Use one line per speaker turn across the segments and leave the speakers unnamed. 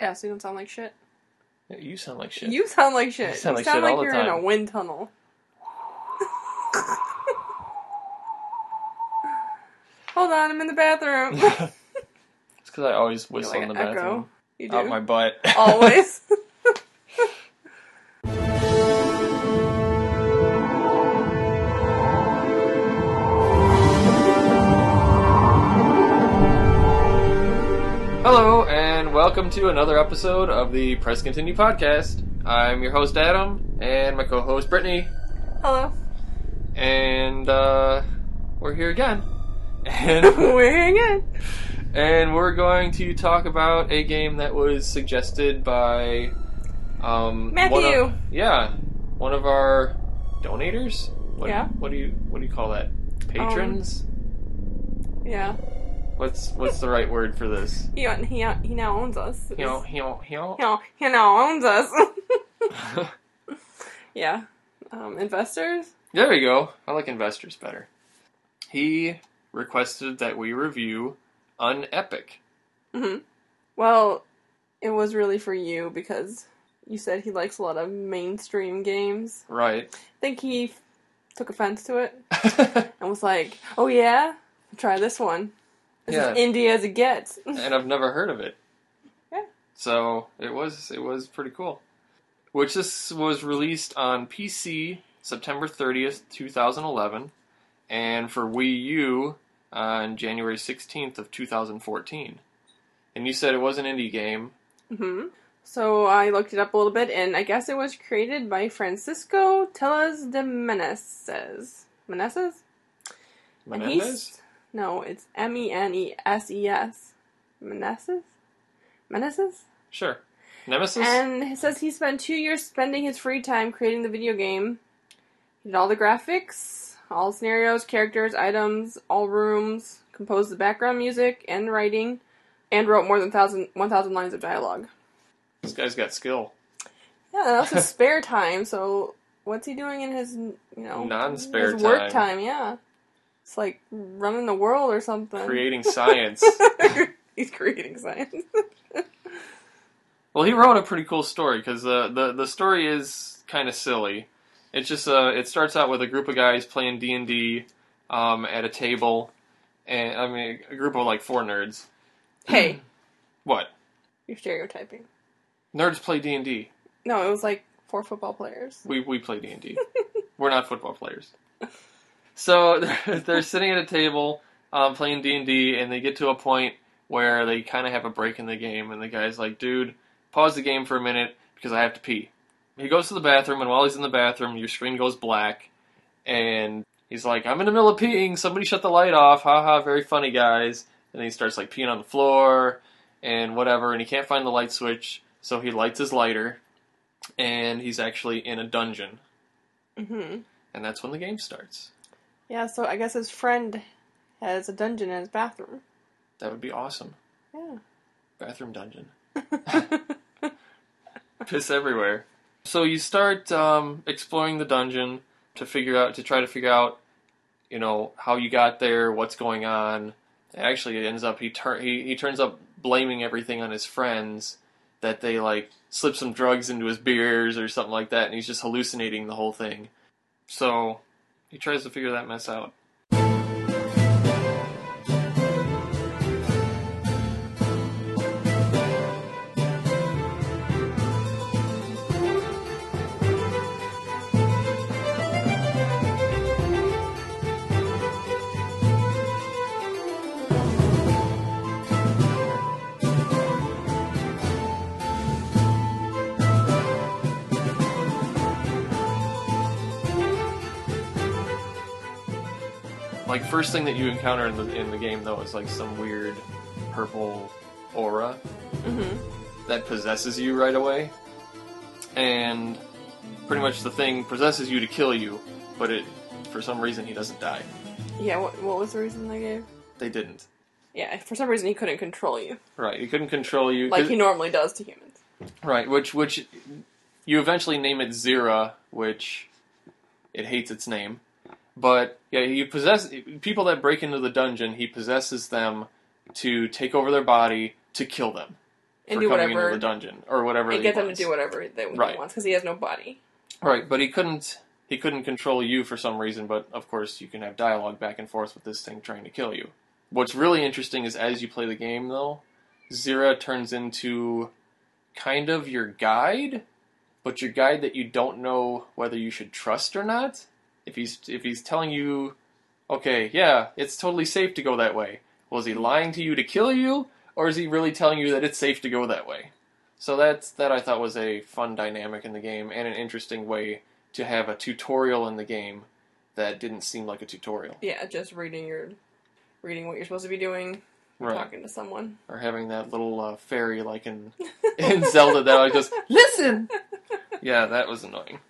Yeah, so you don't sound like shit.
Yeah, You sound like shit.
You sound like shit.
I
You sound
sound like
like,
shit all the
you're in
time.
a wind tunnel. Hold on, I'm in the bathroom.
it's because I always whistle
like
in the
an echo.
bathroom.
you do
Out my butt.
always.
Hello, and welcome to another episode of the Press Continue podcast. I'm your host, Adam, and my co host, Brittany.
Hello.
And, uh, we're here again. And,
We're here again.
and we're going to talk about a game that was suggested by, um, One of,
Matthew.
yeah, one of our donators. What,
Yeah. Um,
What do you What do you call that? Patrons.
Yeah.
What's What's the right word for this?
He, he, he now owns us.
You know, you know, you know.
He now- he now owns us. yeah. Um, investors?
There we go. I like investors better. He requested that we review Unepic.
hmm Well, it was really for you because you said he likes a lot of mainstream games.
Right.
I think he f- took offense to it and was like, "Oh yeah, try this one. This
Yeah.
is indie as it gets."
and I've never heard of it.
Yeah.
So it was it was pretty cool. Which this was released on PC September 30th, 2011, and for Wii U on January 16th of 2014. And you said it was an indie game.
hmm So I looked it up a little bit, and I guess it was created by Francisco Tellez de Meneses. Meneses? And he's-
Menendez?
No, it's M E N E S E S. Meneses. Meneses.
Sure. Nemesis?
And it says he spent two years spending his free time creating the video game. He did all the graphics, all scenarios, characters, items, all rooms, composed the background music and writing, and wrote more than 1,000 1,000 lines of dialogue.
this guy's got skill.
Yeah, that's his spare time, so what's he doing in his, you know,
Non-spare
his work
time.
time, yeah. It's like running the world or something.
Creating science.
He's creating science.
Well, he wrote a pretty cool story because the, the the story is kind of silly. It's just uh, it starts out with a group of guys playing D and D um, at a table, and I mean a group of like four nerds.
hey,
What
you're stereotyping.
nerds play D and D?
No, it was like four football players.
We we play D and D. We're not football players. So they're, they're sitting at a table um, playing D and D, and they get to a point where they kind of have a break in the game, and the guy's like, "Dude, pause the game for a minute because I have to pee." He goes to the bathroom, and while he's in the bathroom, your screen goes black, and he's like, "I'm in the middle of peeing. Somebody shut the light off." Ha ha! Very funny, guys. And he starts like peeing on the floor and whatever, and he can't find the light switch, so he lights his lighter, and he's actually in a dungeon,
hmm
and that's when the game starts.
Yeah, so I guess his friend has a dungeon in his bathroom.
That would be awesome.
Yeah.
Bathroom dungeon.
Mm-hmm.
piss everywhere. So you start um, exploring the dungeon to figure out to try to figure out, you know, how you got there, what's going on. Actually, it ends up he tur- he he turns up blaming everything on his friends that they like slip some drugs into his beers or something like that, and he's just hallucinating the whole thing. So he tries to figure that mess out. Like first thing that you encounter in the in the game though is like some weird purple aura
hmm
that possesses you right away. And pretty much the thing possesses you to kill you, but it for some reason he doesn't die.
Yeah, what, what was the reason they gave?
They didn't.
Yeah, for some reason he couldn't control you,
Right, he couldn't control you.
like he normally does to humans.
right, which which you eventually name it Zira, which it hates its name. But yeah, you possess people that break into the dungeon, he possesses them to take over their body to kill them. for
And do
coming
whatever-
into the dungeon or whatever.
and
he
get them to
wants.
do whatever they he
Right.
wants because he has no body.
Right, but he couldn't. He couldn't control you for some reason. But of course, you can have dialogue back and forth with this thing trying to kill you. What's really interesting is as you play the game, though, Zira turns into kind of your guide, but your guide that you don't know whether you should trust or not. If he's if he's telling you, okay, yeah, it's totally safe to go that way. Well, is he lying to you to kill you, or is he really telling you that it's safe to go that way? So that's that I thought was a fun dynamic in the game and an interesting way to have a tutorial in the game that didn't seem like a tutorial.
Yeah, just reading your, reading what you're supposed to be doing, and
Right.
talking to someone.
Or having that little uh, fairy like in in Zelda that always goes, "Listen." Yeah, that was annoying.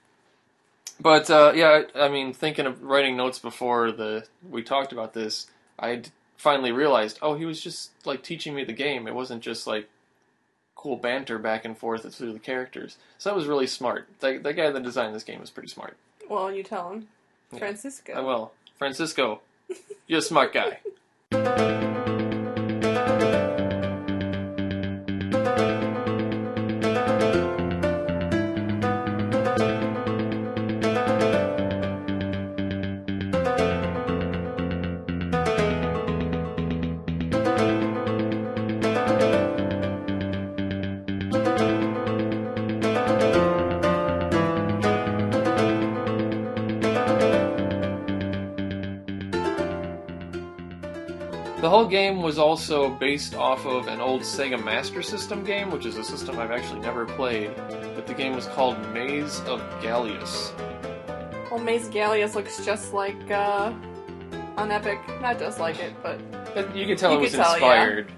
But uh, yeah, I, I mean, thinking of writing notes before the we talked about this, I finally realized, oh, he was just like teaching me the game. It wasn't just like cool banter back and forth through the characters. So that was really smart. That, that guy that designed this game was pretty smart.
Well, you tell him,
Yeah.
Francisco.
I will, Francisco, you're a smart guy. The whole game was also based off of an old Sega Master System game, which is a system I've actually never played, but the game was called Maze of Gallius.
Well, Maze Gallius looks just like uh, on Epic. Not just like it, but
But You could tell
You
it was
could tell, yeah.
inspired.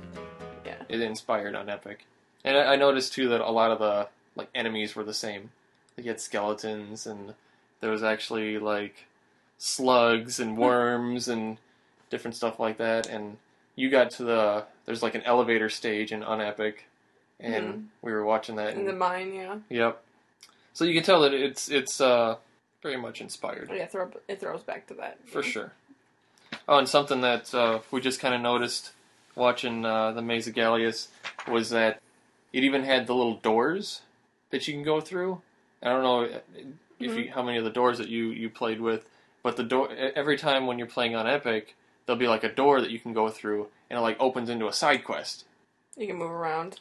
Yeah.
It inspired on Epic. And I, I noticed too that a lot of the like enemies were the same. Like you had skeletons and there was actually like slugs
Hmm.
and worms and different stuff like that and you got to the there's like an elevator stage in Unepic and we were watching that
Hmm. in
and
the mine, yeah,
Yep. So you can tell that it's it's uh very much inspired
yeah, throw, it throws back to that
for sure. Oh, and something that uh, we just kind of noticed watching uh, the Maze of Gallius was that it even had the little doors that you can go through. I don't know uh, if you, how many of the doors that you you played with, but the door e, every time when you're playing on Epic, there'll be like a door that you can go through, and it like opens into a side quest.
You can move around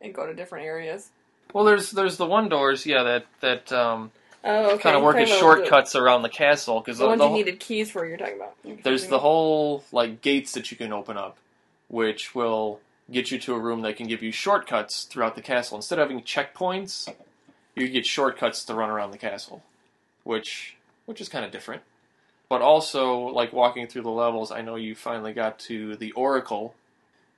and go to different areas.
Well, there's there's the one doors, yeah, that that um,
Oh, okay.
kind of work
You're
as
talking about
shortcuts around the castle because
The, the ones
the,
you needed keys for. You're talking about.
there's the whole like gates that you can open up, which will get you to a room that can give you shortcuts throughout the castle. Instead of having checkpoints, you get shortcuts to run around the castle, which which is kind of different. But also, like walking through the levels, I know you finally got to the Oracle,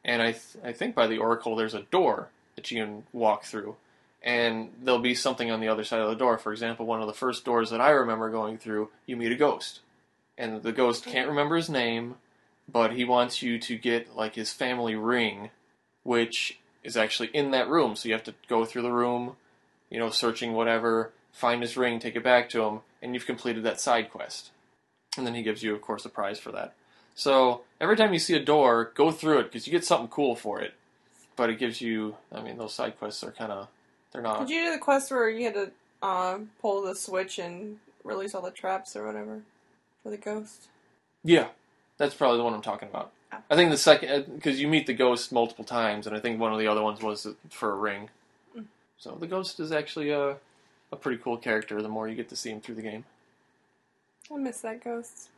and I th- I think by the Oracle there's a door that you can walk through, and there'll be something on the other side of the door. For example, one of the first doors that I remember going through, you meet a ghost, and the ghost can't remember his name, but he wants you to get like his family ring, which is actually in that room. So you have to go through the room, you know, searching whatever, find his ring, take it back to him, and you've completed that side quest. And then he gives you, of course, a prize for that. So every time you see a door, go through it because you get something cool for it. But it gives you, I mean, those side quests are kind of, they're not.
Did you do the quest where you had to uh, pull the switch and release all the traps or whatever for the ghost?
Yeah, that's probably the one I'm talking about.
Oh.
I think the second because you meet the ghost multiple times, and I think one of the other ones was for a ring. So the ghost is actually a a pretty cool character. The more you get to see him through the game.
I miss that ghost.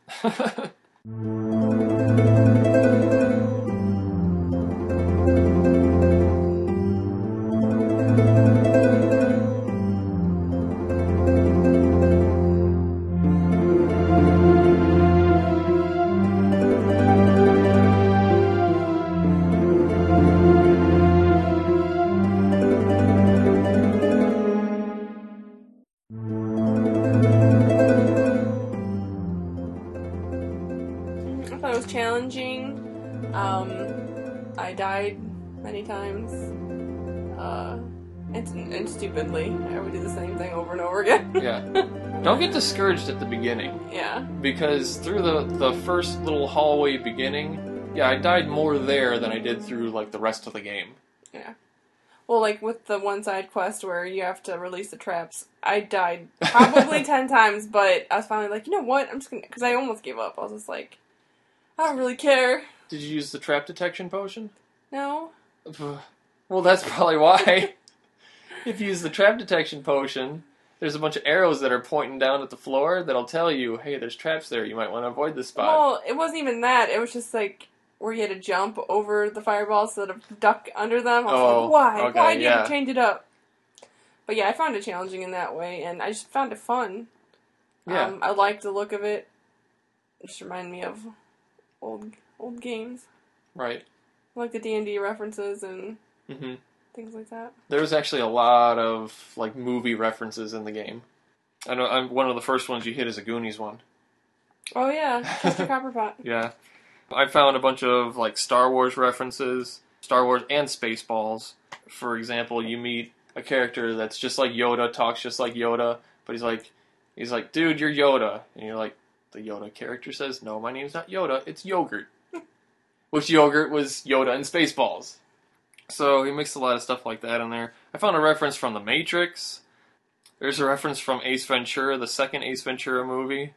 I thought it was challenging. Um, I died many times. Uh, and, and stupidly, I would do the same thing over and over again.
yeah, don't get discouraged at the beginning
yeah.
because through the the first little hallway beginning, yeah, I died more there than I did through like the rest of the game.
Yeah. Well, like with the one side quest where you have to release the traps, I died probably 10 times, but I was finally like, you know what? I'm just gonna. Because I almost gave up. I was just like, I don't really care.
Did you use the trap detection potion?
No.
Well, that's probably why. if you use the trap detection potion, there's a bunch of arrows that are pointing down at the floor that'll tell you, hey, there's traps there. You might want to avoid this spot.
Well, it wasn't even that. It was just like where you had to jump over the fireballs instead of duck under them. I was
Oh,
like, why?
okay,
why do you
yeah.
have to change it up? But yeah, I found it challenging in that way, and I just found it fun.
yeah.
Um, I liked the look of it. It just reminded me of old old games,
right.
I like the D and D references and
hmm
things like that.
There was actually a lot of like movie references in the game. I know I'm, one of the first ones you hit is a Goonies one.
Oh yeah, Chester Copperpot.
Yeah. I found a bunch of like Star Wars references, Star Wars and Spaceballs. For example, you meet a character that's just like Yoda, talks just like Yoda, but he's like he's like, "Dude, you're Yoda." And you're like, the Yoda character says, "No, my name's not Yoda, it's Yogurt." Which Yogurt was Yoda in Spaceballs. So, he mixed a lot of stuff like that in there. I found a reference from The Matrix. There's a reference from Ace Ventura, the second Ace Ventura movie.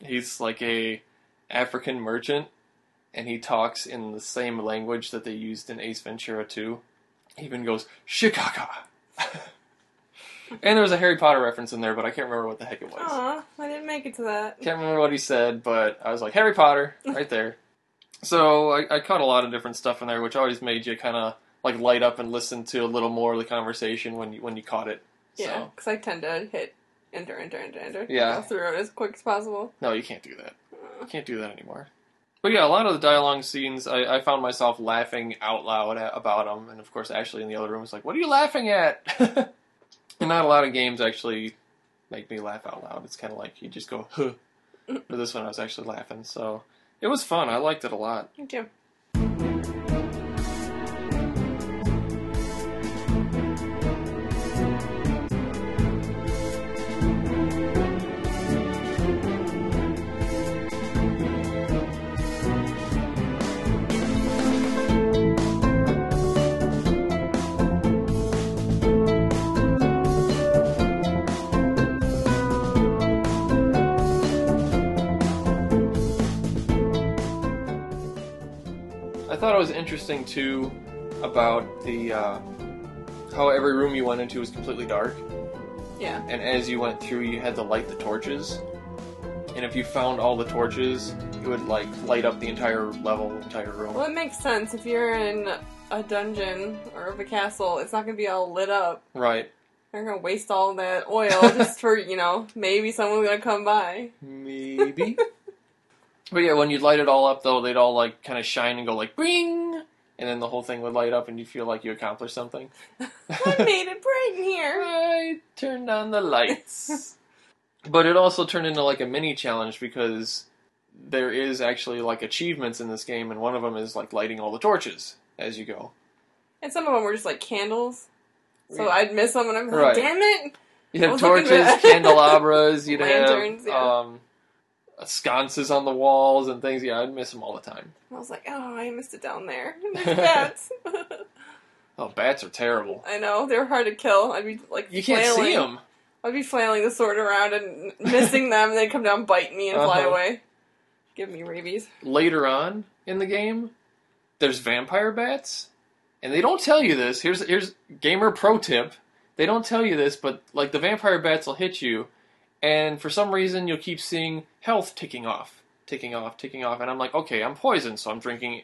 He's like a African merchant, and he talks in the same language that they used in Ace Ventura 2. He even goes, Chicago! and there was a Harry Potter reference in there, but I can't remember what the heck it was.
Aw, I didn't make it to that.
Can't remember what he said, but I was like, Harry Potter, right there. so I, I caught a lot of different stuff in there, which always made you kind of like light up and listen to a little more of the conversation when you when you caught it.
Yeah,
So
because I tend to hit enter, enter, enter, enter.
Yeah.
Go through it as quick as possible.
no, you can't do that.
Uh,
can't do that anymore. But yeah, a lot of the dialogue scenes, I, I found myself laughing out loud at, about them, and of course, Ashley in the other room was like, "What are you laughing at?" and not a lot of games actually make me laugh out loud. It's kind of like you just go, "Huh." But this one, I was actually laughing, so it was fun. I liked it a lot.
Me too.
I thought it was interesting too about the uh, how every room you went into was completely dark.
Yeah.
And as you went through, you had to light the torches. And if you found all the torches, it would like light up the entire level, entire room.
Well, it makes sense. If you're in a dungeon or of a castle, it's not going to be all lit up.
Right.
You're going to waste all that oil just for, you know, maybe someone's going to come by.
Maybe. but yeah, when you'd light it all up, though, they'd all like kind of shine and go like bing, and then the whole thing would light up, and you feel like you accomplished something.
I made it bright in here.
I turned on the lights. but it also turned into like a mini challenge because there is actually like achievements in this game, and one of them is like lighting all the torches as you go.
And some of them were just like candles. So
Yeah.
I'd miss them and I'm like,
Right.
damn it.
You
I
had
was looking
torches,
at-
candelabras, you'd
Lanterns,
have
yeah.
um, sconces on the walls and things. Yeah, I'd miss them all the time.
And I was like, oh, I missed it down there. There's bats.
Oh, bats are terrible.
I know. They were hard to kill. I'd be like,
You can't 'em.
flailing.
see them.
I'd be flailing the sword around and missing them, and they'd come down, bite me, and fly
Uh-huh.
away. Give me rabies.
Later on in the game, there's vampire bats, and they don't tell you this. Here's here's gamer pro tip. They don't tell you this, but like the vampire bats will hit you, and for some reason you'll keep seeing health ticking off, ticking off, ticking off, and I'm like, okay, I'm poisoned, so I'm drinking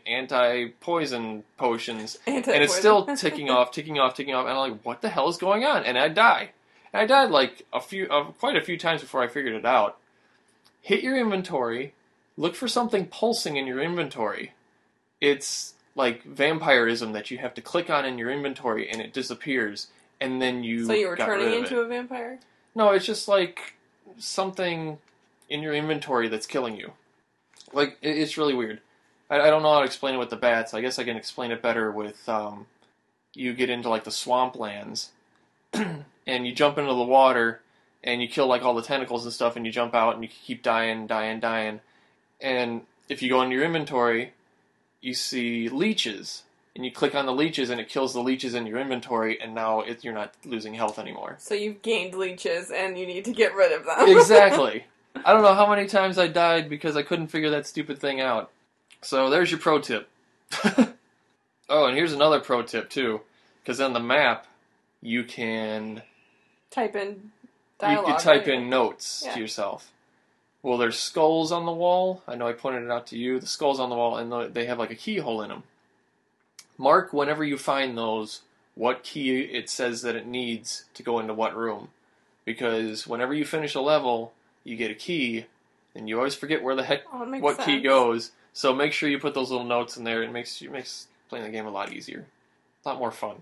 anti-poison potions. and it's still ticking off, ticking off, ticking off, and I'm like, what the hell is going on? And I die, and I died like a few, uh, quite a few times before I figured it out. Hit your inventory, look for something pulsing in your inventory. It's like vampirism that you have to click on in your inventory, and it disappears, and then you.
So you were
got
turning
rid of
into
it.
a vampire?
No, it's just like something in your inventory that's killing you. Like it- it's really weird. I, I don't know how to explain it with the bats. I guess I can explain it better with um, you get into like the swamplands, and you jump into the water, and you kill like all the tentacles and stuff, and you jump out, and you keep dying, dying, dying. And if you go into your inventory, you see leeches, and you click on the leeches, and it kills the leeches in your inventory, and now it, you're not losing health anymore.
So you've gained leeches and you need to get rid of them.
exactly. I don't know how many times I died because I couldn't figure that stupid thing out. So there's your pro tip. oh, and here's another pro tip too, because on the map you can
type in
you
dialogue.
could type
right?
in notes
Yeah.
to yourself. Well, there's skulls on the wall. I know I pointed it out to you. The skulls on the wall, and the- they have like a keyhole in them. Mark whenever you find those what key it says that it needs to go into what room, because whenever you finish a level, you get a key, and you always forget where the heck
Oh, it makes
what key
sense.
goes. So make sure you put those little notes in there. It makes it makes playing the game a lot easier, a lot more fun,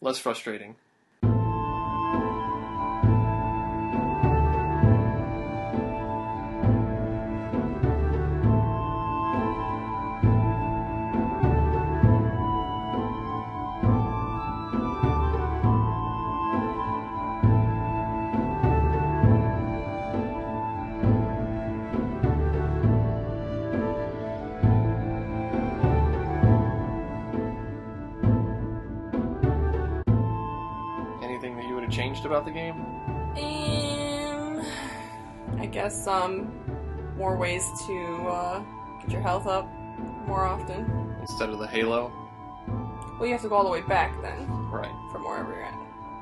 less frustrating. Anything that you would have changed about the game?
Um, I guess um, more ways to uh, get your health up more often.
Instead of the Halo,
Well, you have to go all the way back then
right?
from wherever you're at.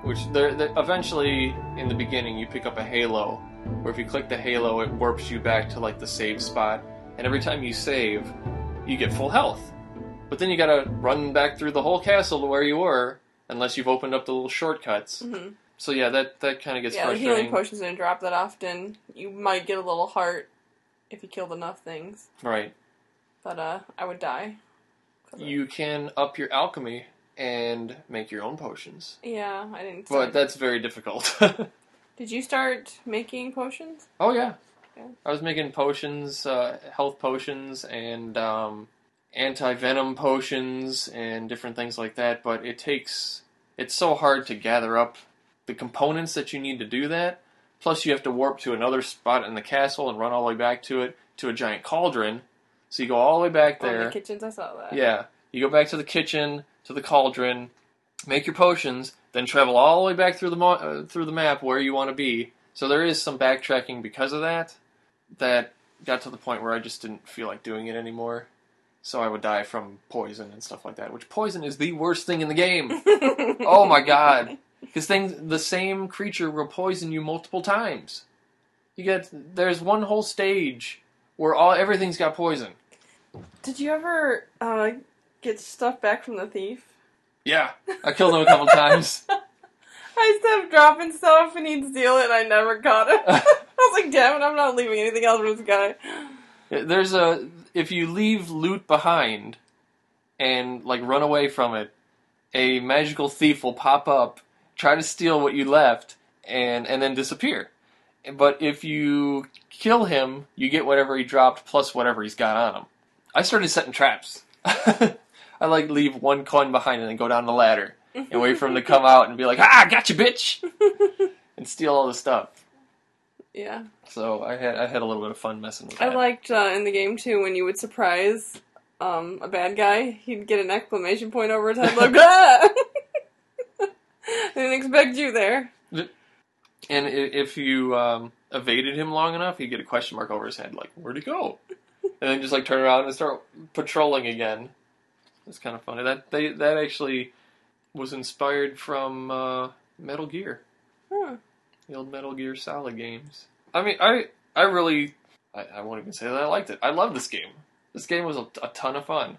Which there, there, eventually, in the beginning, you pick up a halo, where if you click the halo, it warps you back to like the save spot, and every time you save, you get full health. But then you gotta run back through the whole castle to where you were, unless you've opened up the little shortcuts.
hmm
So yeah, that that kind of gets
Yeah, the
frustrating,
healing potions didn't drop that often. You might get a little heart if you killed enough things,
right?
but uh, I would die. 'Cause of-
You can up your alchemy and make your own potions,
Yeah, I didn't.
but
start-
that's very difficult.
Did you start making potions?
Oh yeah.
Yeah.
I was making potions, uh, health potions, and um, anti venom potions, and different things like that. But it takes it's so hard to gather up the components that you need to do that. Plus, you have to warp to another spot in the castle and run all the way back to it to a giant cauldron. So you go all the way back
Oh, in
there.
the kitchens, I saw that.
Yeah. You go back to the kitchen, to the cauldron, make your potions, then travel all the way back through the mo- uh, through the map where you want to be. So there is some backtracking because of that. That got to the point where I just didn't feel like doing it anymore. So I would die from poison and stuff like that, which poison is the worst thing in the game. oh my god. Cuz things the same creature will poison you multiple times. You get there's one whole stage where all everything's got poison.
Did you ever uh, get stuff back from the thief?
Yeah, I killed him a couple times.
I kept dropping stuff and he'd steal it and I never caught it. I was like, damn it, I'm not leaving anything else for this guy.
There's a if you leave loot behind and like run away from it, a magical thief will pop up, try to steal what you left, and and then disappear. But if you kill him, you get whatever he dropped plus whatever he's got on him. I started setting traps. I like leave one coin behind and then go down the ladder and wait for him to come out and be like, "Ah, gotcha, bitch!" and steal all the stuff.
Yeah.
So I had I had a little bit of fun messing with that.
I liked uh, in the game too when you would surprise um, a bad guy, he'd get an exclamation point over his head like, ah! Didn't expect you there.
And i- if you um, evaded him long enough, he'd get a question mark over his head, like "Where'd he go?" and then just like turn around and start patrolling again. It's kind of funny. That they that actually was inspired from uh, Metal Gear,
Huh.
the old Metal Gear Solid games. I mean, I I really I, I won't even say that I liked it. I love this game. This game was a, a ton of fun.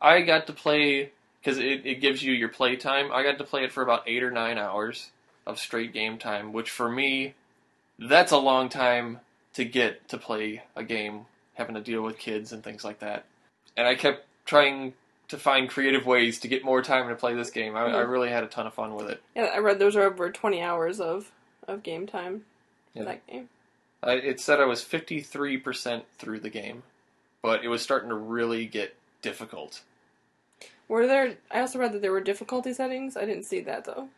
I got to play because it, it gives you your play time. I got to play it for about eight or nine hours of straight game time, which for me, that's a long time to get to play a game, having to deal with kids and things like that. And I kept trying to find creative ways to get more time to play this game. I, I
Mhm.
really had a ton of fun with it.
Yeah, I read those are over 20 hours of, of game time. for
Yeah.
That game.
I, Uh, it said I was 53% through the game, but it was starting to really get difficult.
Were there? I also read that there were difficulty settings. I didn't see that though.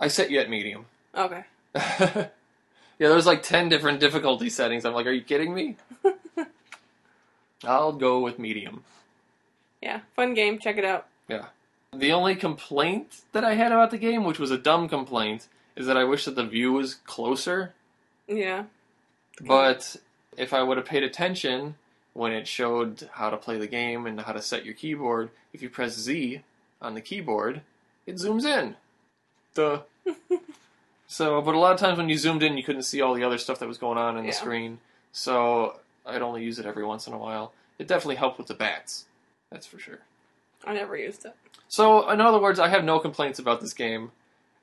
I set you at medium.
Okay.
yeah, there's like 10 different difficulty settings. I'm like, are you kidding me? I'll go with medium.
Yeah, fun game. Check it out.
Yeah. The only complaint that I had about the game, which was a dumb complaint, is that I wish that the view was closer.
Yeah.
But if I would have paid attention when it showed how to play the game and how to set your keyboard, if you press Z on the keyboard, it zooms in. Duh. so, but a lot of times when you zoomed in, you couldn't see all the other stuff that was going on in
Yeah.
the screen. So I'd only use it every once in a while. It definitely helped with the bats. That's for sure.
I never used it.
So, in other words, I have no complaints about this game.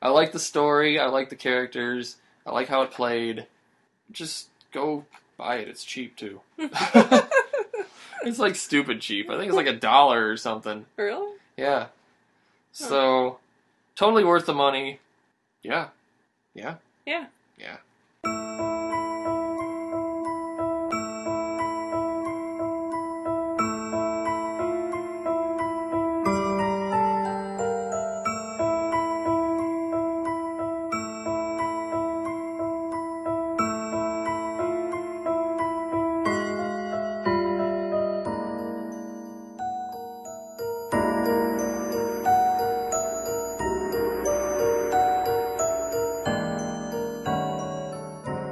I like the story, I like the characters, I like how it played. Just go buy it, it's cheap too. it's like stupid cheap. I think it's like a dollar or something.
Really?
Yeah. So, totally worth the money. Yeah. Yeah.
Yeah.
Yeah.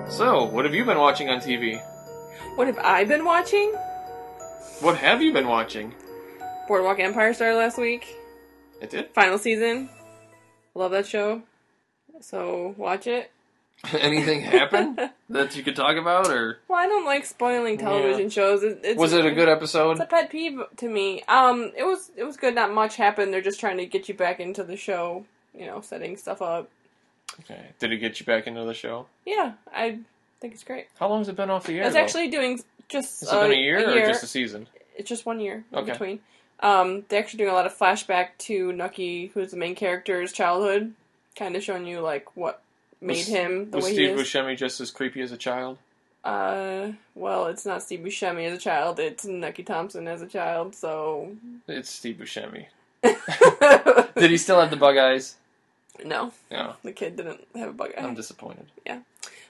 So, what have you been watching on TV?
What have I been watching?
What have you been watching?
Boardwalk Empire started last week.
I did.
Final season. Love that show. So watch it.
Anything happen that you could talk about, or
Well, I don't like spoiling television shows. It, it's,
was it a good
It's a
episode?
pet peeve to me. Um, it was it was good. Not much happened. They're just trying to get you back into the show. You know, setting stuff up.
Okay. Did it get you back into the show?
Yeah, I think it's great.
How long has it been off the air?
It's
though?
actually doing just
Has it been a year, or just a season?
it's just one year in
Okay.
between. Um, they're actually doing a lot of flashback to Nucky, who's the main character's childhood, kind of showing you like what made
Was-
him the
was
way
Steve
he is.
Buscemi just as creepy as a child?
Uh, well, it's not Steve Buscemi as a child; it's Nucky Thompson as a child. So,
It's Steve Buscemi. Did he still have the bug eyes?
no,
No,
the kid didn't have a bug eye.
I'm disappointed.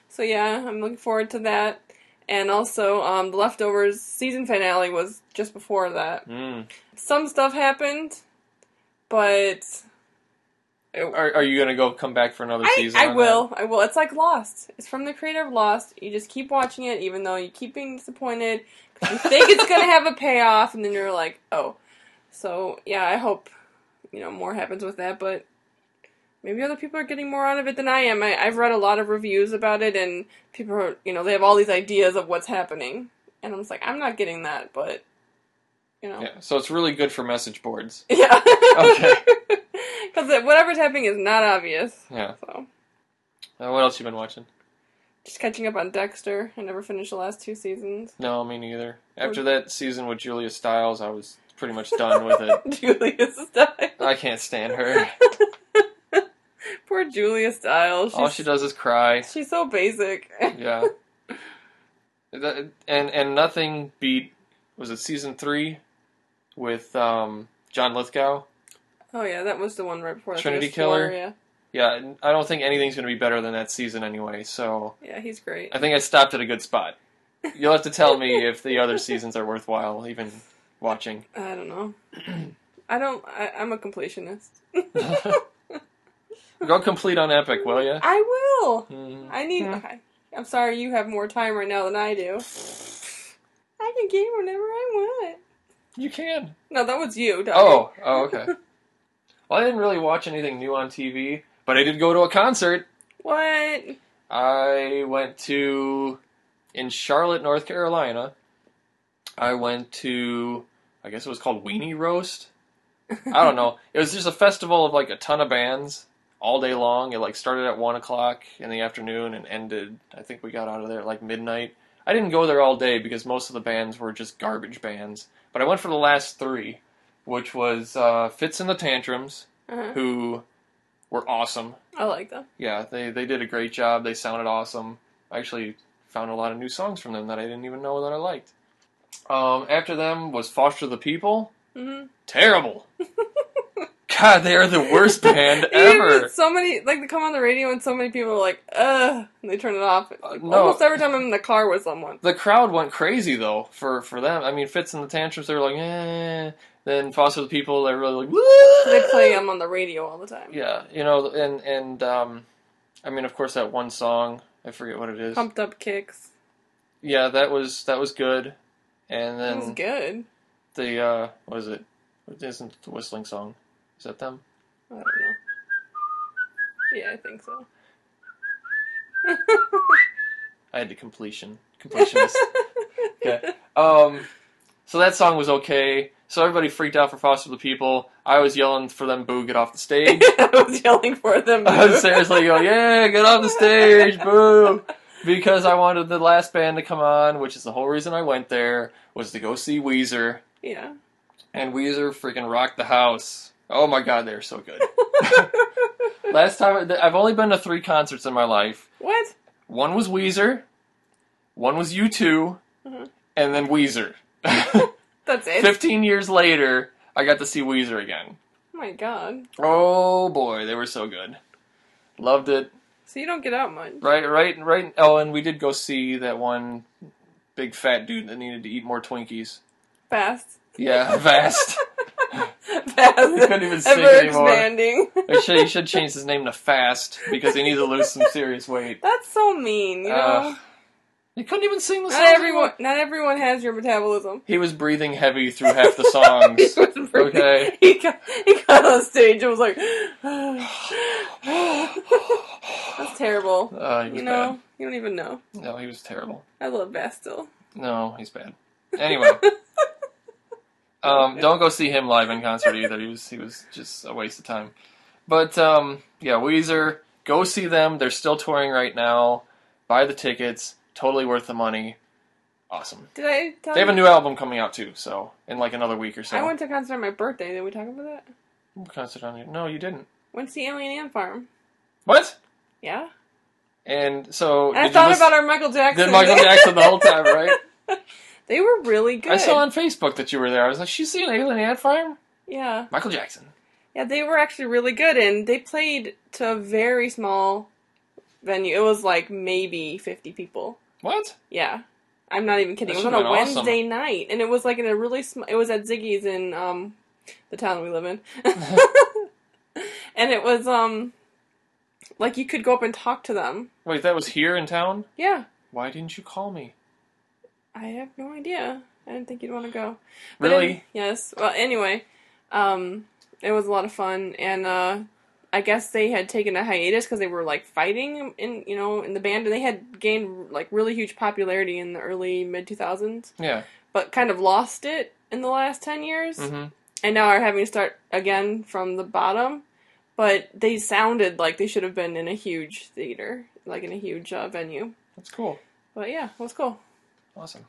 So yeah, I'm looking forward to that. And also, um, the leftovers season finale was just before that.
Mm.
Some stuff happened, but
Are, are you gonna go come back for another
I,
season?
I
on
will. I will. It's like Lost. It's from the creator of Lost. You just keep watching it, even though you keep being disappointed. 'cause You think it's gonna have a payoff, and then you're like, oh. So yeah, I hope you know more happens with that, but maybe other people are getting more out of it than I am. I, I've read a lot of reviews about it, and people are you know they have all these ideas of what's happening, and I'm just like, I'm not getting that, but you know,
that? Yeah. So it's really good for message boards.
yeah,
Okay.
because whatever's happening is not obvious.
Yeah.
So.
Uh, what else you been watching?
Just catching up on Dexter. I never finished the last two seasons.
No, me neither. After that season with Julia Stiles, I was pretty much done with it.
Julia Stiles.
I can't stand her.
Poor Julia Stiles. She's,
All she does is cry.
she's so basic.
Yeah. That- and and nothing beat was it season three with um, John Lithgow.
oh yeah, that was the one right before. that.
Trinity
There was four,
Killer?
Yeah,
Yeah, and I don't think anything's going to be better than that season anyway. So
yeah, he's great.
I think I stopped at a good spot. You'll have to tell me if the other seasons are worthwhile even watching.
I don't know. I don't. I, I'm a completionist.
Go complete on Epic, will you?
I will.
Mm.
I need.
Hmm.
Okay. I'm sorry, you have more time right now than I do. I can game whenever I want.
You can.
No, that was you. Doggy.
Oh, oh, okay. Well, I didn't really watch anything new on TV, but I did go to a concert.
What?
I went to in Charlotte, North Carolina. I went to I guess it was called Weenie Roast. I don't know. It was just a festival of like a ton of bands all day long. It like started at one o'clock in the afternoon and ended. I think we got out of there at like midnight. I didn't go there all day because most of the bands were just garbage bands. But I went for the last three, which was uh, Fits and the Tantrums,
Uh-huh.
who were awesome.
I like them.
Yeah, they they did a great job. They sounded awesome. I actually found a lot of new songs from them that I didn't even know that I liked. Um, after them was Foster the People.
hmm
Terrible. God, they are the worst band
You hear
ever.
that So many, like, they come on the radio and so many people are like, ugh, and they turn it off. Like,
Uh, no.
Almost every time I'm in the car with someone.
The crowd went crazy though for for them. I mean, Fits and the Tantrums. They were like, eh. Then Foster the People that really like
They play them on the radio all the time.
Yeah, you know, and and um, I mean, of course, that one song I forget what it is.
Pumped up kicks.
Yeah, that was that was good. And
That was
then
good.
the uh, what is it? It isn't the whistling song. Is that them?
I don't know. Yeah, I think so.
I had the completion completionist. Um, so that song was okay. So everybody freaked out for Foster the People. I was yelling for them, "Boo! Get off the stage!"
I was yelling for them.
I was seriously going, "Yeah, get off the stage, boo!" Because I wanted the last band to come on, which is the whole reason I went there was to go see Weezer,
Yeah.
and Weezer freaking rocked the house. Oh my god, they're so good. last time I've only been to three concerts in my life.
what?
One was Weezer, one was U2,
Mhm.
and then Weezer.
That's it.
15 years later, I got to see Weezer again.
Oh my god.
Oh boy, they were so good. Loved it.
So you don't get out much.
Right, right, right. Oh, and we did go see that one big fat dude that needed to eat more Twinkies.
Fast.
Yeah, vast.
Fast.
couldn't even sing
Ever
anymore.
expanding.
He should, he should change his name to Fast because he needs to lose some serious weight.
That's so mean, you know.
Uh, He couldn't even sing the song.
not everyone. Not everyone has your metabolism.
He was breathing heavy through half the songs.
He was breathing-
Okay.
He got, he got on stage and was like, "That's terrible."
Uh, he was
You know, you don't even know.
bad. No, he was terrible.
I love Bastille.
No, he's bad. Anyway, um, don't go see him live in concert either. He was he was just a waste of time. But um, yeah, Weezer, go see them. They're still touring right now. Buy the tickets. Totally worth the money. Awesome.
Did I tell
They have
you?
a new album coming out too, so in like another week or so.
I went to a concert on my birthday. Did we talk about that?
concert on you. No, you didn't.
Went to see Alien Ant Farm.
What?
Yeah.
And so
And I
you
thought
listen-
about our Michael Jackson.
Did Michael Jackson the whole time, right?
they were really good.
I saw on Facebook that you were there. I was like, she's seeing Alien Ant Farm?
Yeah.
Michael Jackson.
Yeah, they were actually really good, and they played to a very small venue. It was like maybe 50 people.
What?
Yeah. I'm not even kidding.
That
It was on
should've
a
been awesome.
Wednesday night, and it was like in a really small. It was at Ziggy's in um, the town we live in, and it was um, like you could go up and talk to them.
Wait, that was here in town?
Yeah,
Why didn't you call me?
I have no idea. I didn't think you'd want to go.
Really?
any- yes. Well, anyway, um, it was a lot of fun, and uh, I guess they had taken a hiatus because they were like fighting in you know in the band, and they had gained like really huge popularity in the early mid two thousands,
yeah.
but kind of lost it in the last ten years,
hmm
and now are having to start again from the bottom. But they sounded like they should have been in a huge theater, like in a huge uh, venue.
That's cool.
But yeah, it was cool.
Awesome.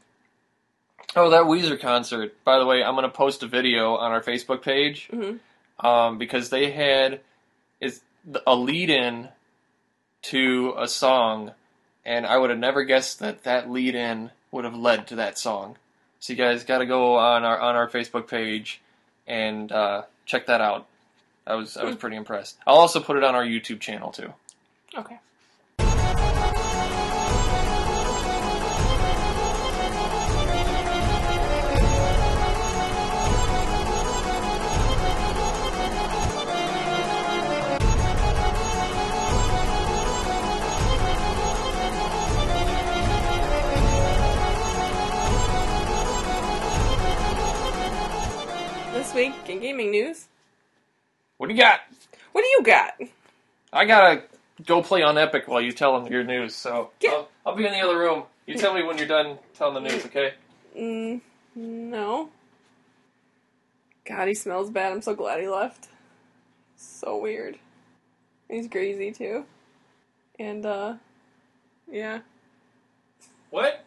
Oh, that Weezer concert. By the way, I'm going to post a video on our Facebook page
Mhm.
um, because they had is a lead in to a song, and I would have never guessed that that lead in would have led to that song. So you guys got to go on our on our Facebook page and uh, check that out. I was I was pretty impressed. I'll also put it on our YouTube channel too.
Okay. This week in gaming news,
What do you got?
what do you got?
I gotta go play on Epic while you tell them your news. So
Yeah.
I'll, I'll be in the other room. You tell me when you're done telling the news, okay?
Mm, no. God, he smells bad. I'm so glad he left. So weird. He's greasy too. And uh yeah.
What?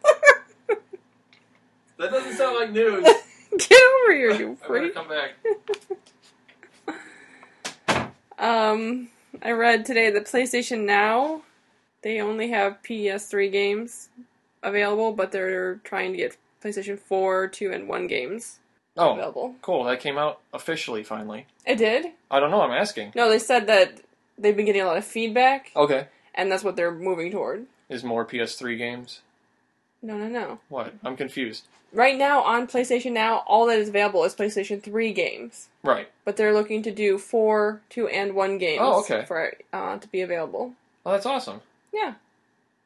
that doesn't sound like news.
Get over here, you
I better
freak.
come back.
Um I read today that PlayStation Now they only have PS3 games available, but they're trying to get PlayStation 4, 2, and 1 games
Oh,
available.
cool. That came out officially finally.
It did?
I don't know. I'm asking.
No, they said that they've been getting a lot of feedback
Okay.
and that's what they're moving toward.
Is more PS3 games?
No, no, no.
What? I'm confused.
Right now on PlayStation Now, all that is available is PlayStation 3 games.
Right.
But they're looking to do four, two, and one games
Oh, okay.
for it, uh, to be available.
Well, that's awesome.
Yeah.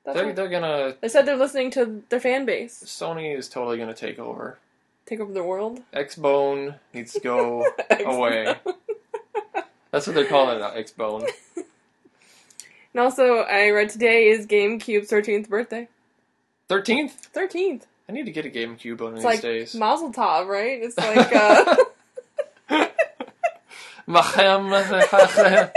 That's
They're,
what-
they're gonna.
They said they're listening to their fan base.
Sony is totally gonna take over.
Take over the world.
Xbone needs to go away. That's what they're calling it now, Xbone.
And also, I read today is GameCube's 13th birthday.
13th?
13th.
I need to get a GameCube one of
It's
these
like
days.
Mazel Tov, right? It's like, uh,
Mahem.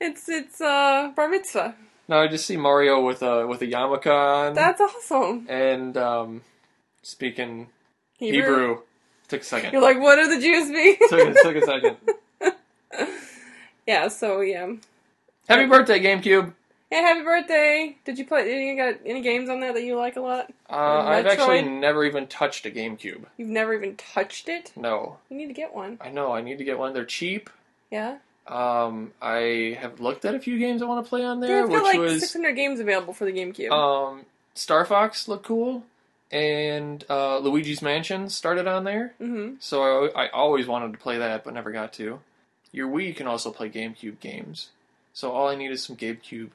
it's, it's, uh, Bar Mitzvah.
no, I just see Mario with a with a yarmulke on.
That's awesome.
and um, speaking Hebrew. Took a second.
You're like, what do the Jews be?
took, took a second.
yeah, so, yeah.
Happy birthday, GameCube.
Hey, happy birthday! Did you play, you got any games on that that you like a lot?
Uh, I've actually
Metroid?
never even touched a GameCube.
You've never even touched it?
No,
You need to get one.
I know I need to get one. They're cheap.
Yeah?
Um, I have looked at a few games I want to play on
yeah
there,
it's
which
got like
was
600 games available for the GameCube.
um, Star Fox looked cool, and uh, Luigi's Mansion started on there.
mm-hmm.
So I, I always wanted to play that, but never got to. Your Wii can also play GameCube games. So all I need is some GameCube.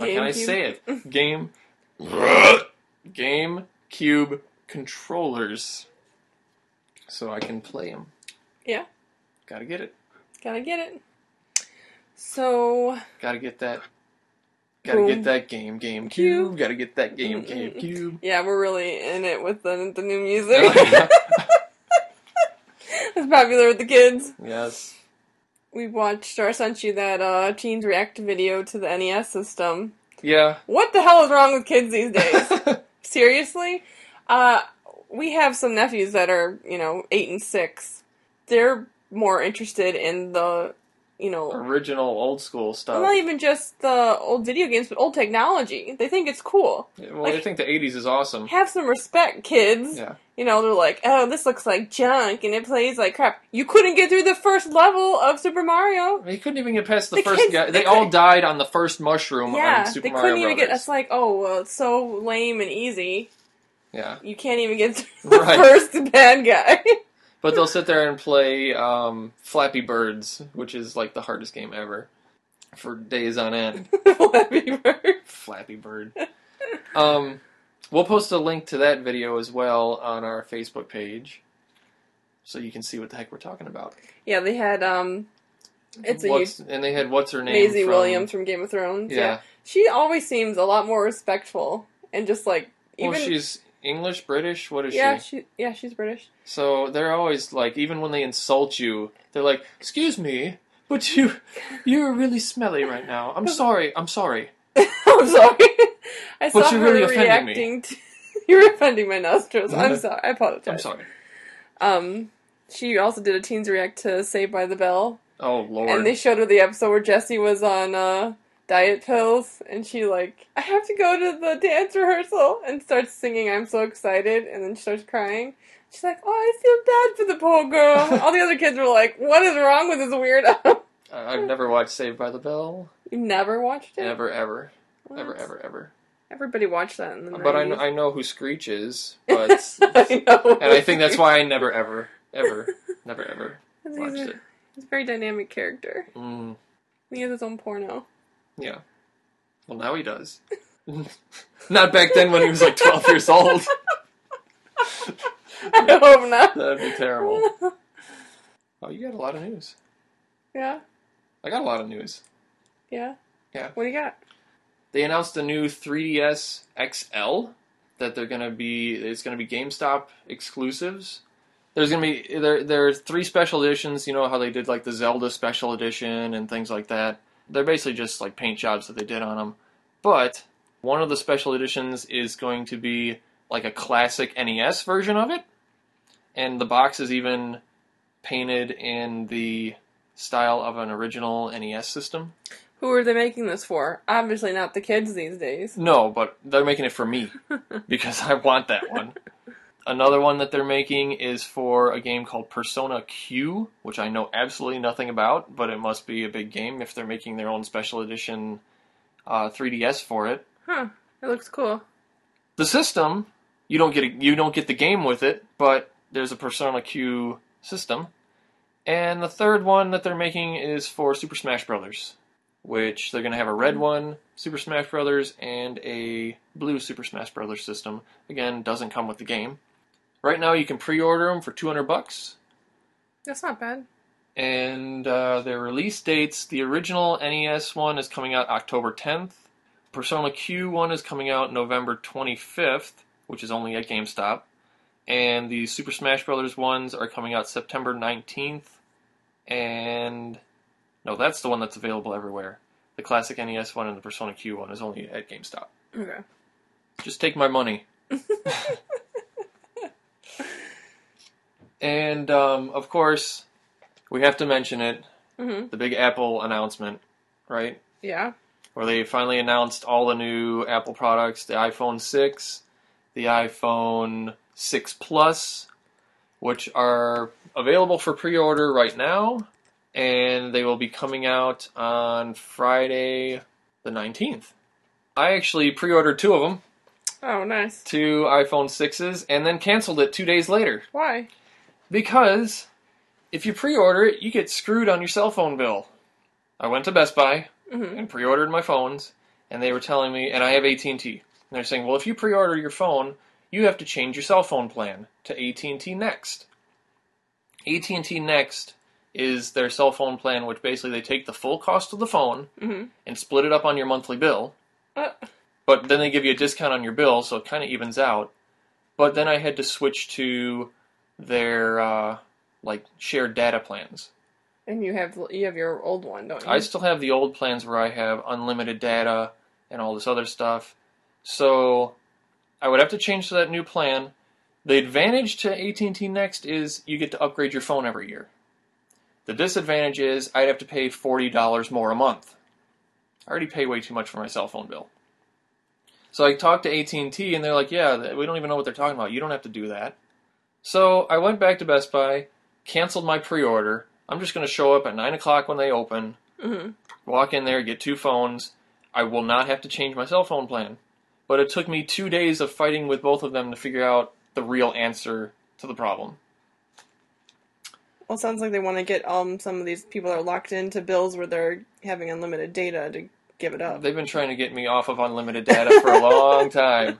How can I say it? Game. GameCube controllers. So I can play them.
Yeah.
Gotta get it.
Gotta get it. So,
Gotta get that. Gotta
Boom.
get that game, GameCube. Gotta get that game,
Mm-mm-mm.
GameCube.
yeah, we're really in it with the, the new music.
yes.
it's popular with the kids. We watched, or I sent you that uh, Teens React video to the NES system.
Yeah.
What the hell is wrong with kids these days? Seriously? Uh, we have some nephews that are, you know, eight and six. They're more interested in the, you know,
Original old school
well,
stuff.
not even just the old video games, but old technology. They think it's cool.
Yeah, well, I
like-
think the 80s is awesome.
Have some respect, kids.
Yeah.
You know, they're like, oh, this looks like junk and it plays like crap. You couldn't get through the first level of Super Mario.
They couldn't even get past the,
The
first
kids-
guy. They
they
all
couldn't-
died on the first mushroom
Yeah,
on Super
they
Mario
couldn't even get.
Brothers.
It's like, oh, well, it's so lame and easy.
Yeah,
You can't even get through the
Right.
first bad guy.
but they'll sit there and play um, Flappy Birds, which is like the hardest game ever, for days on end.
Flappy Bird.
Flappy Bird. Um, we'll post a link to that video as well on our Facebook page, so you can see what the heck we're talking about.
Yeah, they had um, it's a
What's- and they had what's her name?
Maisie
from-
Williams from Game of Thrones.
Yeah.
Yeah. she always seems a lot more respectful and just like even
well, she's English, British. What is she?
yeah, she yeah, she's British.
So they're always like, even when they insult you, they're like, "Excuse me, but you, you're really smelly right now. I'm sorry. I'm sorry."
I'm sorry, I saw
you're
her
really offending me.
reacting. To, you're offending my nostrils. I'm sorry. I apologize.
I'm sorry.
Um, she also did a teens react to Saved by the Bell,
Oh lord.
and they showed her the episode where Jesse was on uh diet pills, and she like, I have to go to the dance rehearsal, and starts singing "I'm so excited," and then she starts crying. She's like, "Oh, I feel bad for the poor girl." All the other kids were like, "What is wrong with this weirdo?"
I- I've never watched Saved by the Bell.
you never watched it?
Ever, ever,
What?
ever, ever, ever.
Everybody watched that in the
But I, kn-
90s.
I know who Screech is, but
I know.
and I think that's why I never, ever, ever, never, ever watched
he's, a,
it.
he's a very dynamic character.
Mm,
He has his own porno.
yeah. Well, now he does. Not back then when he was like 12 years old.
I hope not.
That'd be terrible. Oh, you got a lot of news.
yeah,
I got a lot of news.
yeah.
Yeah.
What do you got?
They announced the new 3DS XL that they're gonna be. It's gonna be GameStop exclusives. There's gonna be there. There are three special editions. You know how they did like the Zelda special edition and things like that. They're basically just like paint jobs that they did on them. But one of the special editions is going to be like a classic NES version of it, and the box is even painted in the style of an original NES system.
Who are they making this for? Obviously not the kids these days.
No, but they're making it for me because I want that one. Another one that they're making is for a game called Persona Q, which I know absolutely nothing about, but it must be a big game if they're making their own special edition uh, 3DS for it.
Huh. It looks cool.
the system. You don't get a, you don't get the game with it, but there's a Persona Q system, and the third one that they're making is for Super Smash Brothers, which they're gonna have a red one Super Smash Brothers and a blue Super Smash Brothers system. Again, doesn't come with the game. Right now, you can pre-order them for 200 bucks
That's not bad.
and uh, their release dates the original NES one is coming out October 10th. Persona Q one is coming out November 25th, which is only at GameStop. And the Super Smash Brothers ones are coming out September 19th. And no, that's the one that's available everywhere. The classic NES one and the Persona Q one is only at GameStop.
Okay.
Just take my money. and um, of course, we have to mention it
hmm
the big Apple announcement, right?
Yeah.
Where they finally announced all the new Apple products the iPhone 6, the iPhone 6 Plus, which are available for pre order right now, and they will be coming out on Friday the 19th. I actually pre ordered two of them,
Oh, nice.
two iPhone 6s, and then canceled it two days later.
Why?
Because if you pre order it, you get screwed on your cell phone bill. I went to Best Buy
hmm
and pre-ordered my phones, and they were telling me, and I have AT&T. And they're saying, well, if you pre-order your phone, you have to change your cell phone plan to AT&T Next. AT&T Next is their cell phone plan, which basically they take the full cost of the phone
hmm
and split it up on your monthly bill,
Uh,
but then they give you a discount on your bill, so it kind of evens out. But then I had to switch to their uh, like shared data plans.
and you have you have your old one, don't you?
I still have the old plans where I have unlimited data and all this other stuff. So I would have to change to that new plan. The advantage to AT&T Next is you get to upgrade your phone every year. The disadvantage is I'd have to pay $40 more a month. I already pay way too much for my cell phone bill. So I talked to AT&T and they're like, "Yeah, th- we don't even know what they're talking about. You don't have to do that." So I went back to Best Buy, canceled my pre-order. I'm just going to show up at nine o'clock when they open
hmm
walk in there, get two phones. I will not have to change my cell phone plan. But it took me two days of fighting with both of them to figure out the real answer to the problem.
Well, it sounds like they want to get um some of these people that are locked into bills where they're having unlimited data to give it up.
They've been trying to get me off of unlimited data for a long time.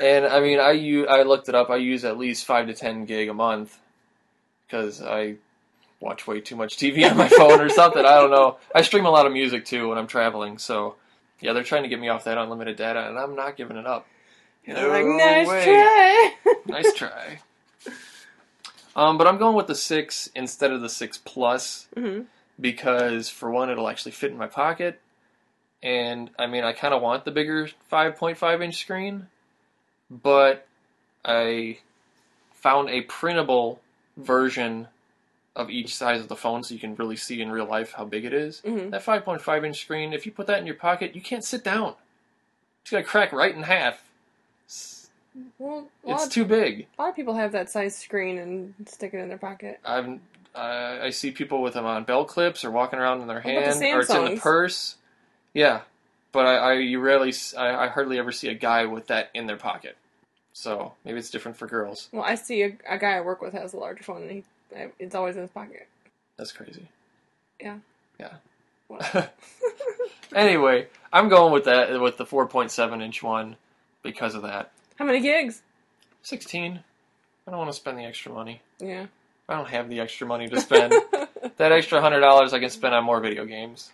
And I mean, I u- I looked it up. I use at least 5 to 10 gig a month because I watch way too much TV on my phone or something. I don't know. I stream a lot of music too when I'm traveling. So, yeah, they're trying to get me off that unlimited data, and I'm not giving it up.
And I'm like,
No
nice
way."
try.
nice try. Um, but I'm going with the six instead of the six plus
hmm
because, for one, it'll actually fit in my pocket, and I mean, I kind of want the bigger 5.5 inch screen, but I found a printable version of each size of the phone, so you can really see in real life how big it is.
hmm
That 5.5 inch screen, if you put that in your pocket, you can't sit down. It's gonna crack right in half. It's,
Well, a lot,
it's
of,
too big.
a lot of people have that size screen and stick it in their pocket.
I'm uh, I see people with them on belt clips or walking around in their
What about
hand
the
or it's in the
Samsungs?
purse. Yeah, but I, I you rarely s- I, I hardly ever see a guy with that in their pocket. So maybe it's different for girls.
Well, I see a, a guy I work with has a larger phone, and he I- it's always in his pocket.
That's crazy.
Yeah.
Yeah. anyway, I'm going with that with the 4.7 inch one because of that.
How many gigs?
16. I don't want to spend the extra money.
Yeah.
I don't have the extra money to spend. that extra hundred dollars I can spend on more video games.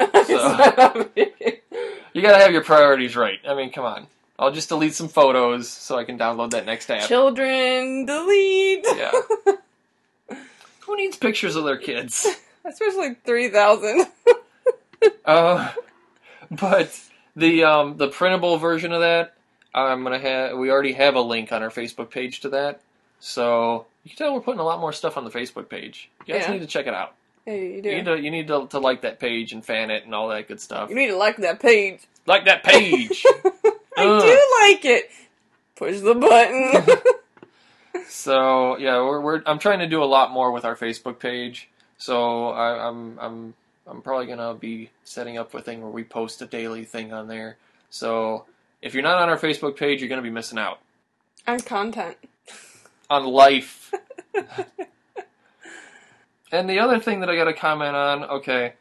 So- You gotta have your priorities right. I mean, come on. I'll just delete some photos so I can download that next app.
Children, delete.
Yeah. Who needs pictures of their kids?
Especially three thousand.
Uh, but the um, the printable version of that, I'm gonna have. We already have a link on our Facebook page to that, so you can tell we're putting a lot more stuff on the Facebook page. You guys
Yeah.
need to check it out.
Hey, you do.
You need to you need to, to like that page and fan it and all that good stuff.
You need to like that page.
Like that page.
I
Ugh.
do like it. Push the button.
So yeah, we're, we're I'm trying to do a lot more with our Facebook page. So I, I'm I'm I'm probably gonna be setting up a thing where we post a daily thing on there. So If you're not on our Facebook page, you're going to be missing out
On content.
on life. and the other thing that I got to comment on, okay,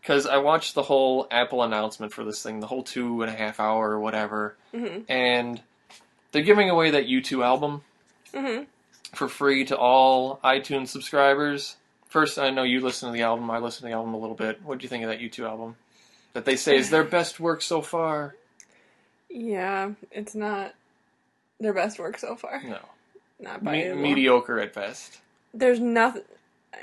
because I watched the whole Apple announcement for this thing, the whole two and a half hour or whatever,
hmm
and they're giving away that U2 album
hmm
for free to all iTunes subscribers. First, I know you listen to the album. I listened to the album a little bit. What do you think of that U2 album? That they say is their best work so far.
Yeah, it's not their best work so far.
No,
Not by
Me-
a lot.
mediocre at best.
There's nothing,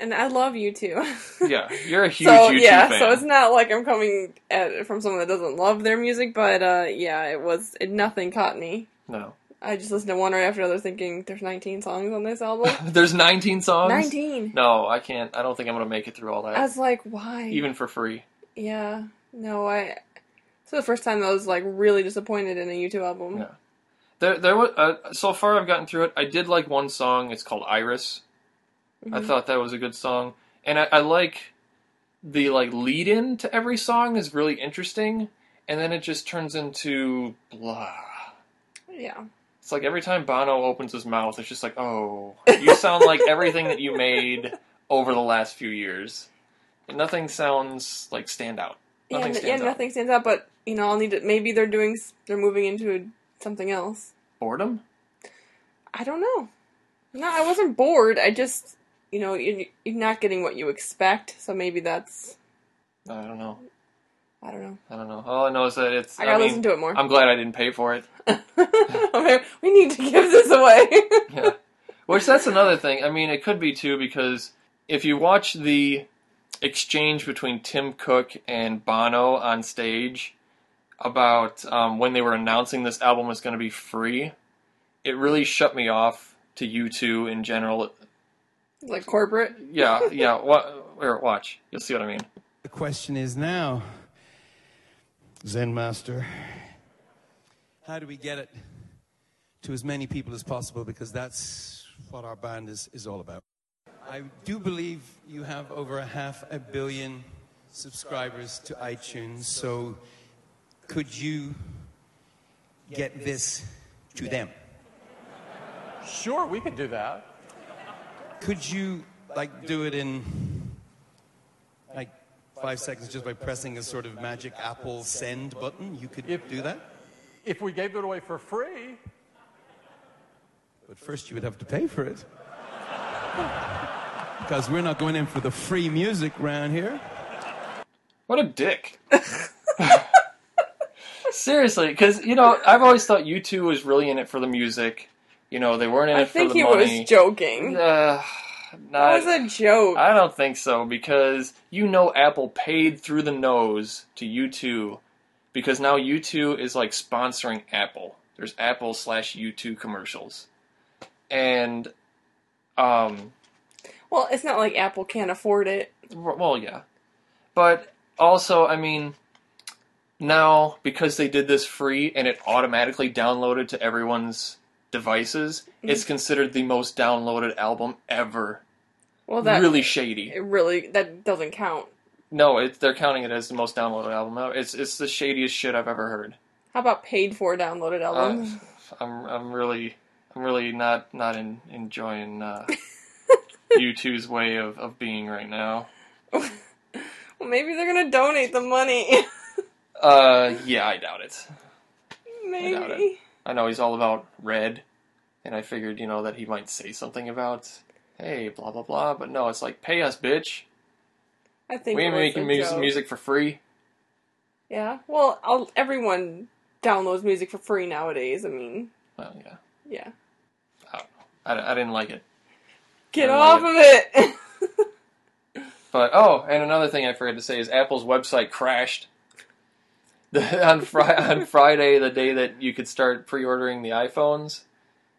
and I love you too.
Yeah, you're a huge
so
U2
yeah,
fan.
so it's not like I'm coming at it from someone that doesn't love their music, but uh, yeah, it was it, nothing caught me.
no,
I just listened to one right after another, thinking there's 19 songs on this album.
there's 19 songs.
19.
No, I can't. I don't think I'm gonna make it through all that,
I was like, why?
even for free.
yeah, no, I. It's the first time I was like really disappointed in a U2 album.
Yeah. There, there was. Uh, so far, I've gotten through it. I did like one song. It's called Iris. I
Mhm.
thought that was a good song, and I, I like the like lead in to every song is really interesting, and then it just turns into blah.
yeah,
It's like every time Bono opens his mouth, it's just like, oh, you sound like everything that you made over the last few years. And nothing sounds like stand out.
yeah,
Nothing
n- yeah,
stands out.
nothing stands out. But you know, I'll need to. Maybe they're doing. s- They're moving into a, something else.
Boredom?
I don't know. No, I wasn't bored. I just, you know, you're, you're not getting what you expect, so maybe that's,
I don't know.
I don't know.
I don't know. All I know is that it's.
I
I,
gotta
mean,
listen to it more.
I'm glad I didn't pay for it.
Okay, we need to give this away.
Yeah. Which that's another thing. I mean, it could be too because if you watch the exchange between Tim Cook and Bono on stage about um, when they were announcing this album was going to be free, it really shut me off to you two in general.
like corporate.
Yeah, yeah. Wa- or watch. You'll see what I mean.
The question is now, Zen Master, how do we get it to as many people as possible? Because that's what our band is, is all about. I do believe you have over a half a billion subscribers to iTunes, so could you get this to them?
Sure, we could do that.
Could you like do it in like five seconds just by pressing a sort of magic Apple send button? You could do that,
If we gave it away for free,
but first you would have to pay for it because we're not going in for the free music round here.
What a dick. Seriously, because you know I've always thought U two was really in it for the music. You know they weren't in
I
it
think
for the
he
money.
was joking.
Uh,
That
not,
was a joke.
I don't think so because you know Apple paid through the nose to U two because now U two is like sponsoring Apple. There's Apple slash U two commercials, and um,
well, it's not like Apple can't afford it.
well, yeah. But also, I mean, now because they did this free and it automatically downloaded to everyone's devices,
Mm-hmm.
it's considered the most downloaded album ever.
Well, that really,
really shady.
it really that doesn't count.
No, it, they're counting it as the most downloaded album. ever. It's it's the shadiest shit I've ever heard.
How about paid for downloaded
Uh,
albums?
I'm I'm really I'm really not not in, enjoying uh, U2's way of, of being right now.
well, maybe they're gonna donate the money.
Uh, yeah, I doubt it.
maybe.
doubt it. I know he's all about red, and I figured, you know, that he might say something about, hey, blah, blah, blah, but no, it's like, pay us, bitch.
I think
We
it
ain't
was
making
a
music,
joke.
music for free.
Yeah. Well, I'll, everyone downloads music for free nowadays. I mean,
Well, yeah.
yeah.
I, don't know. I, I didn't like it.
Get
I
off
love
of it.
But, oh, and another thing I forgot to say is Apple's website crashed. on, fri- on Friday, the day that you could start pre ordering the iPhones,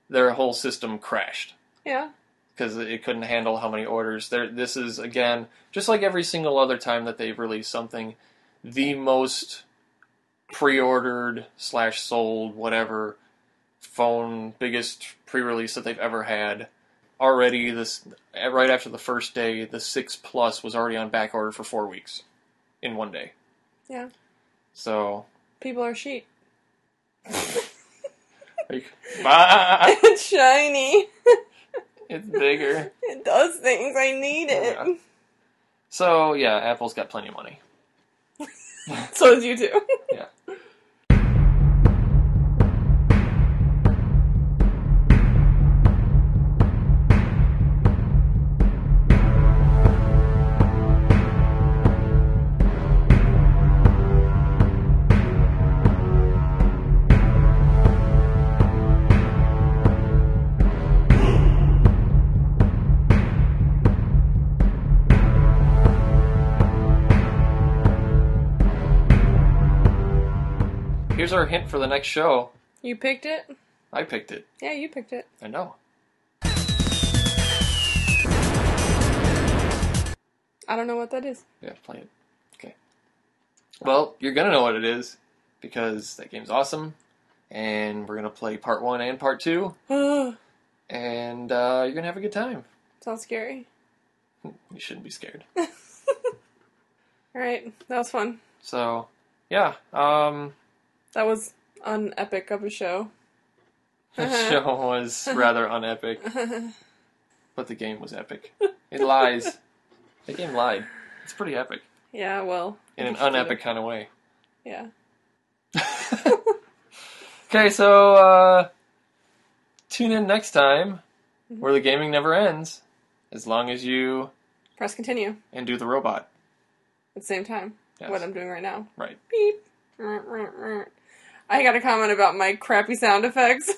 their whole system crashed.
yeah.
because it couldn't handle how many orders. There, this is again just like every single other time that they've released something, the most pre-ordered slash sold whatever phone biggest pre-release that they've ever had. Already this right after the first day, the six plus was already on back order for four weeks in one day.
Yeah.
So
People are sheep.
Like, ah, "Bah,
It's shiny.
it's bigger.
It does things. I need
Oh,
it.
So yeah, Apple's got plenty of money.
So does you too.
Yeah. Here's our hint for the next show.
You picked it?
I picked it.
Yeah, you picked it.
I know.
I don't know what that is.
Yeah, play it. Okay. Well, you're gonna know what it is because that game's awesome, and we're gonna play part one and part two,
Sounds
and uh, you're gonna have a good time.
scary.
You shouldn't be scared.
All right, that was fun.
So, yeah. Um,
That was an epic of a show.
The show was rather unepic, but the game was epic. It lies. The game lied. It's pretty epic
Yeah, well.
in an
I think you
unepic kind of way.
should have- Yeah.
Okay, so uh, tune in next time
Mm-hmm.
where the gaming never ends as long as you
Press continue
and do the robot.
at the same time.
Yes.
What I'm doing right now.
Right.
Beep. I got a comment about my crappy sound effects.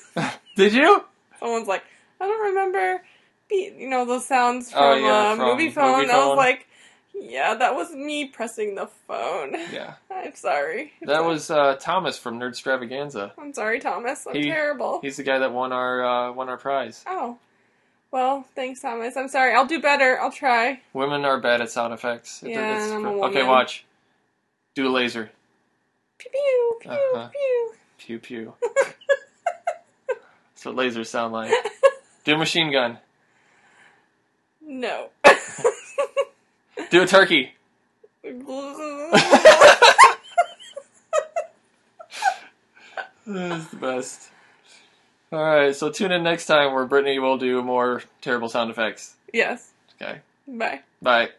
Did you?
Someone's like, I don't remember, beep, you know, those sounds from,
Oh, yeah,
uh,
from
movie,
movie
phone. I was
phone.
like, yeah, that was me pressing the phone.
Yeah.
I'm sorry.
That was uh, Thomas from Nerd Stravaganza.
I'm sorry, Thomas. I'm
He-
terrible.
He's the guy that won our uh, won our prize.
Oh. Well, thanks, Thomas. I'm sorry. I'll do better. I'll try.
Women are bad at sound effects. It-
Yeah,
it's-
and I'm a
okay,
woman.
watch. Do a laser.
Pew, pew, pew,
Uh-huh.
pew.
Pew pew. That's what lasers sound like. Do a machine gun.
No.
Do a turkey. That's the best. Alright, so tune in next time where Brittany will do more terrible sound effects.
yes.
Okay.
Bye.
Bye.